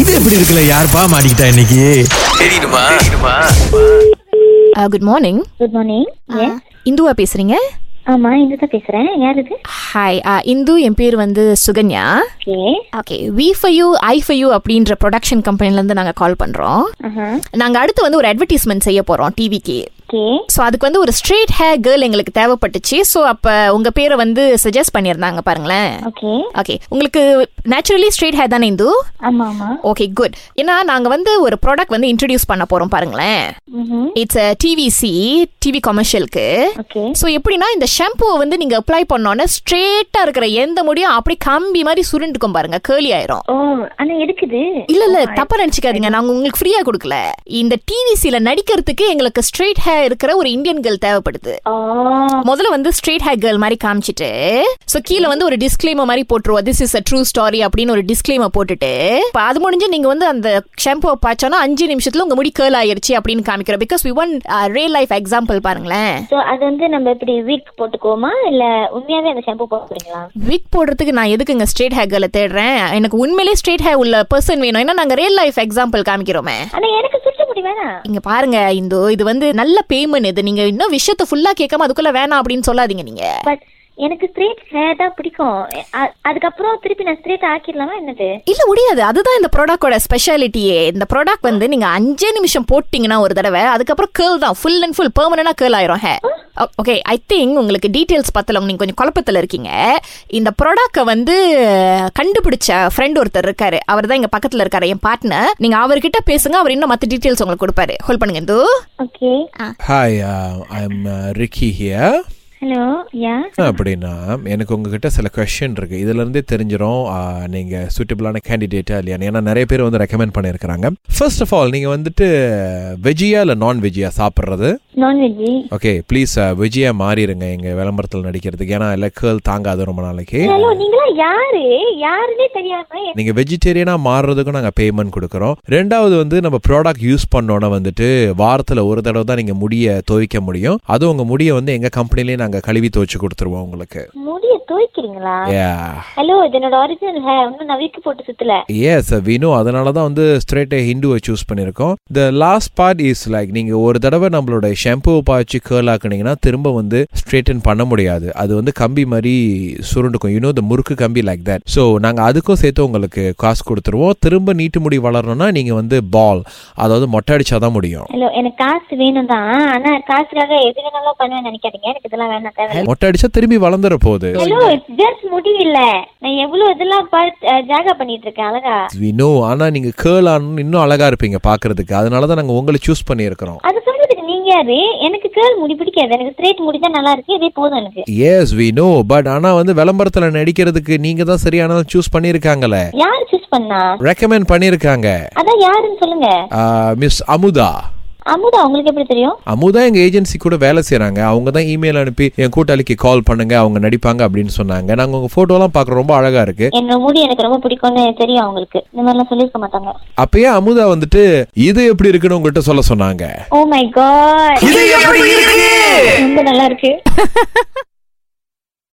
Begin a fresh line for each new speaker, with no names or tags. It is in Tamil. இது எப்படி இருக்குல்ல யாருப்பா மாட்டிக்கிட்டா இன்னைக்கு
குட் மார்னிங்
குட் மார்னிங்
இந்துவா பேசுறீங்க
ஆமா இந்து தான் பேசுறேன் யார் இது
ஹாய் இந்து uh, என் பேர் வந்து Sukanya
okay
okay we for you I for you அப்படின்ற ப்ரொடக்ஷன் கம்பெனிலேருந்து நாங்கள் கால் பண்ணுறோம் நாங்கள் அடுத்து வந்து ஒரு அட்வர்டைஸ்மெண்ட் செய்ய போகிறோம் டிவிக்கு
ஓகே
ஸோ அதுக்கு வந்து ஒரு ஸ்ட்ரெயிட் ஹேர் கேர்ள் எங்களுக்கு தேவைப்பட்டுச்சு ஸோ அப்போ உங்கள் பேரை வந்து சஜஸ்ட் பண்ணியிருந்தாங்க பாருங்களேன்
ஓகே
ஓகே உங்களுக்கு நேச்சுரலி ஸ்ட்ரெயிட் ஹேர் தானே இந்து
ஆமா ஆமா
ஓகே குட் ஏன்னா நாங்கள் வந்து ஒரு ப்ராடக்ட் வந்து இன்ட்ரடியூஸ் பண்ண போகிறோம் பாருங்களேன்
ம்ஹும்.
இட்ஸ் டிவிசி டிவி கமர்ஷியலுக்கு
ஓகே
ஸோ எப்படின்னா இந்த ஷாம்புவை வந்து நீங்கள் அப்ளை பண்ணோன்னே ஸ்ட்ரெயிட்டாக இருக்கிற எந்த முடியும் அப்படி கம்பி மாதிரி சுருண்டுக்கும் பாருங்க கேர்லி ஆயிரும்
ஓ ஆனா எதுக்குது
இல்ல இல்ல தப்பா நினைச்சுக்காதீங்க நாங்க உங்களுக்கு ஃப்ரீயா கொடுக்கல இந்த டிவிசில நடிக்கிறதுக்கு எங்களுக்கு ஸ்ட்ரெயிட் ஹேர் இருக்கிற ஒரு இந்தியன் கேர்ள் தேவைப்படுது
ஓ
முதல்ல வந்து ஸ்ட்ரெயிட் ஹேர் கேர்ள் மாதிரி காமிச்சிட்டு சோ கீழே வந்து ஒரு டிஸ்க்ளைமர் மாதிரி போட்டுருவோம் this is a true story அப்படின்னு ஒரு டிஸ்க்ளைமர் போட்டுட்டு இப்ப அது முடிஞ்சு நீங்க வந்து அந்த ஷாம்புவை பாய்ச்சோன்னா அஞ்சு நிமிஷத்துல உங்க முடி கேர்ள் ஆயிருச்சு அப்படின்னு காமிக்கிறோம் because we one real life example பாருங்களேன்
சோ அது வந்து நம்ம இப்படி வீக் போட்டுக்குவோமா இல்ல உண்மையாவே அந்த ஷாம்பு போட்டுக்கிறீங்களா
விக் போடுறதுக்கு நான் எதுக்குங்க ஸ்ட்ரெயிட் ஹேர் கேர்ல தேடுறேன் எனக்கு உண்மையிலே ஸ்ட்ரெயிட் ஹேர் உள்ள பர்சன் வேணும் ஏன்னா நாங்க ரியல் லைஃப் எக்ஸாம்பிள் காமிக்கிறோமே
ஆனா எனக்கு சுற்ற முடி வேணாம்
இங்க பாருங்க இந்து இது வந்து நல்ல பேமெண்ட் இது நீங்க இன்னும் விஷயத்தை ஃபுல்லா கேட்காம அதுக்குள்ள வேணாம் அப்படின்னு சொல்லாதீங்க நீங்க
பட் எனக்கு ஸ்ட்ரேட் ஹேர் தான் பிடிக்கும் அ- அதுக்கப்புறம் திருப்பி நான் ஸ்ட்ரேட் ஆக்கிடலாமா என்னது
இல்ல முடியாது அதுதான் இந்த ப்ராடக்டோட ஸ்பெஷாலிட்டியே இந்த ப்ராடக்ட் வந்து நீங்க அஞ்சே நிமிஷம் போட்டீங்கன்னா ஒரு தடவை அதுக்கப்புறம் கேர்ள் தான் ஃபுல் அண்ட் ஃபுல் பெர்மனண்டா கேர்ள் ஆயிரும் hey Oh, okay I think உங்களுக்கு டீடைல்ஸ் பத்தல நீங்க கொஞ்சம் குழப்பத்துல இருக்கீங்க இந்த ப்ராடக்ட வந்து கண்டுபிடிச்ச ஃப்ரெண்ட் ஒருத்தர் இருக்காரு அவர் தான் இங்க பக்கத்துல இருக்காரு என் பார்ட்னர் நீங்க அவர்கிட்ட பேசுங்க அவர் இன்னும் மத்த டீடைல்ஸ் உங்களுக்கு கொடுப்பாரு ஹோல்ட் பண்ணுங்க Indu
okay
hi I'm Ricky here
hello yeah
uh, அப்படின்னா எனக்கு உங்ககிட்ட சில கொஷின் இருக்கு இதுல இருந்தே தெரிஞ்சிடும் uh, நீங்க சூட்டபிளான கேண்டிடேட்டா இல்லையான்னு ஏன்னா நிறைய பேர் வந்து ரெக்கமெண்ட் பண்ணியிருக்கிறாங்க ஃபர்ஸ்ட் ஆஃப் ஆல் நீங்க வந்துட்டு வெஜியா இல்லை நான் வெஜியா சாப்பிட்றது
நான்வெஜ்
ஓகே ப்ளீஸ் வெஜியா மாறிடுங்க uh, எங்க விளம்பரத்தில் நடிக்கிறதுக்கு ஏன்னா இல்லை கேர்ள் தாங்காது ரொம்ப நாளைக்கு
ஹலோ நீங்களா யாரு யாருன்னே தெரியாம
நீங்க வெஜிடேரியனா மாறுறதுக்கும் நாங்க பேமெண்ட் கொடுக்குறோம் ரெண்டாவது வந்து நம்ம ப்ராடக்ட் யூஸ் பண்ணோன்னா வந்துட்டு வாரத்துல ஒரு தடவை தான் நீங்க முடிய துவைக்க முடியும் அதுவும் உங்க முடிய வந்து எங்க கம்பெனிலேயே நாங்க கழுவி துவைச்சு கொடுத்துருவோம் உங்களுக்கு
முடிய துவைக்கிறீங்களா ஹலோ இது என்னோட ஒரிஜினல் ஹேர் இன்னும் நான் வீக்கு போட்டு சுத்தல
எஸ் வினு uh, அதனால தான் வந்து ஸ்ட்ரெயிட்டே ஹிந்துவை சூஸ் பண்ணியிருக்கோம் the last part is like நீங்கள் ஒரு தடவை நம்மளோட ஷாம்புவை பாய்ச்சி கேர்ள் ஆக்குனீங்கன்னா திரும்ப வந்து ஸ்ட்ரெயிட்டன் பண்ண முடியாது அது வந்து கம்பி மாதிரி சுருண்டுக்கும் you know the murukku kambi like that so நாங்கள் அதுக்கும் சேர்த்து உங்களுக்கு காசு கொடுத்துருவோம் திரும்ப நீட்டு முடி வளரணும்னா நீங்கள் வந்து பால் அதாவது மொட்டை அடிச்சா தான் முடியும்
ஹலோ எனக்கு காசு வேணும் தான் ஆனா காசுக்காக எது வேணாலும் பண்ணுவேன் நினைக்காதீங்க எனக்கு இதெல்லாம் வேணாம் தேவை
மொட்டை அடிச்சா திரும்பி வளர்ந்துற போகுது
ஹலோ ஜஸ்ட் முடியல நான் எவ்வளவு இதெல்லாம் பார்த்து அஹ், ஜாகா பண்ணிட்டு இருக்கேன் அழகா
வினோ ஆனால் நீங்கள் கேர்ள் ஆனு இன்னும் அழகா இருப்பீங்க பார்க்கறதுக்கு அதனால தான் நாங்கள் உங்களை சூஸ் பண்ணியிருக்கிறோம்
அது சொல்றதுக்கு நீங்க யாரு எனக்கு கேர்ள் முடி பிடிக்காது எனக்கு ஸ்ட்ரெயிட் முடி தான் நல்லா இருக்கு இதே போதும் எனக்கு
எஸ் வி நோ பட் ஆனா வந்து விளம்பரத்துல நடிக்கிறதுக்கு நீங்க தான் சரியானதை சூஸ் பண்ணிருக்காங்கல்ல
யார் சூஸ் பண்ணா
ரெக்கமெண்ட் பண்ணிருக்காங்க
அதான் யாருன்னு சொல்லுங்க
மிஸ் அமுதா
அமுதா உங்களுக்கு எப்படி தெரியும்
அமுதா எங்க ஏஜென்சி கூட வேலை செய்றாங்க அவங்க தான் இமெயில் அனுப்பி என் கூட்டாளிக்கு கால் பண்ணுங்க அவங்க நடிப்பாங்க அப்படின்னு சொன்னாங்க நாங்க உங்க photo எல்லாம் பார்க்க ரொம்ப அழகா இருக்கு
என்னோட முடி எனக்கு ரொம்ப பிடிக்கும்னு தெரியும் அவங்களுக்கு இந்த மாதிரிலாம் சொல்லியிருக்க மாட்டாங்க
அப்பயே அமுதா வந்துட்டு இது எப்படி இருக்குன்னு உங்கள்கிட்ட சொல்ல
Oh
சொன்னாங்க
ஓ மை காட்
இது எப்படி இருக்கு
ரொம்ப நல்லா இருக்கு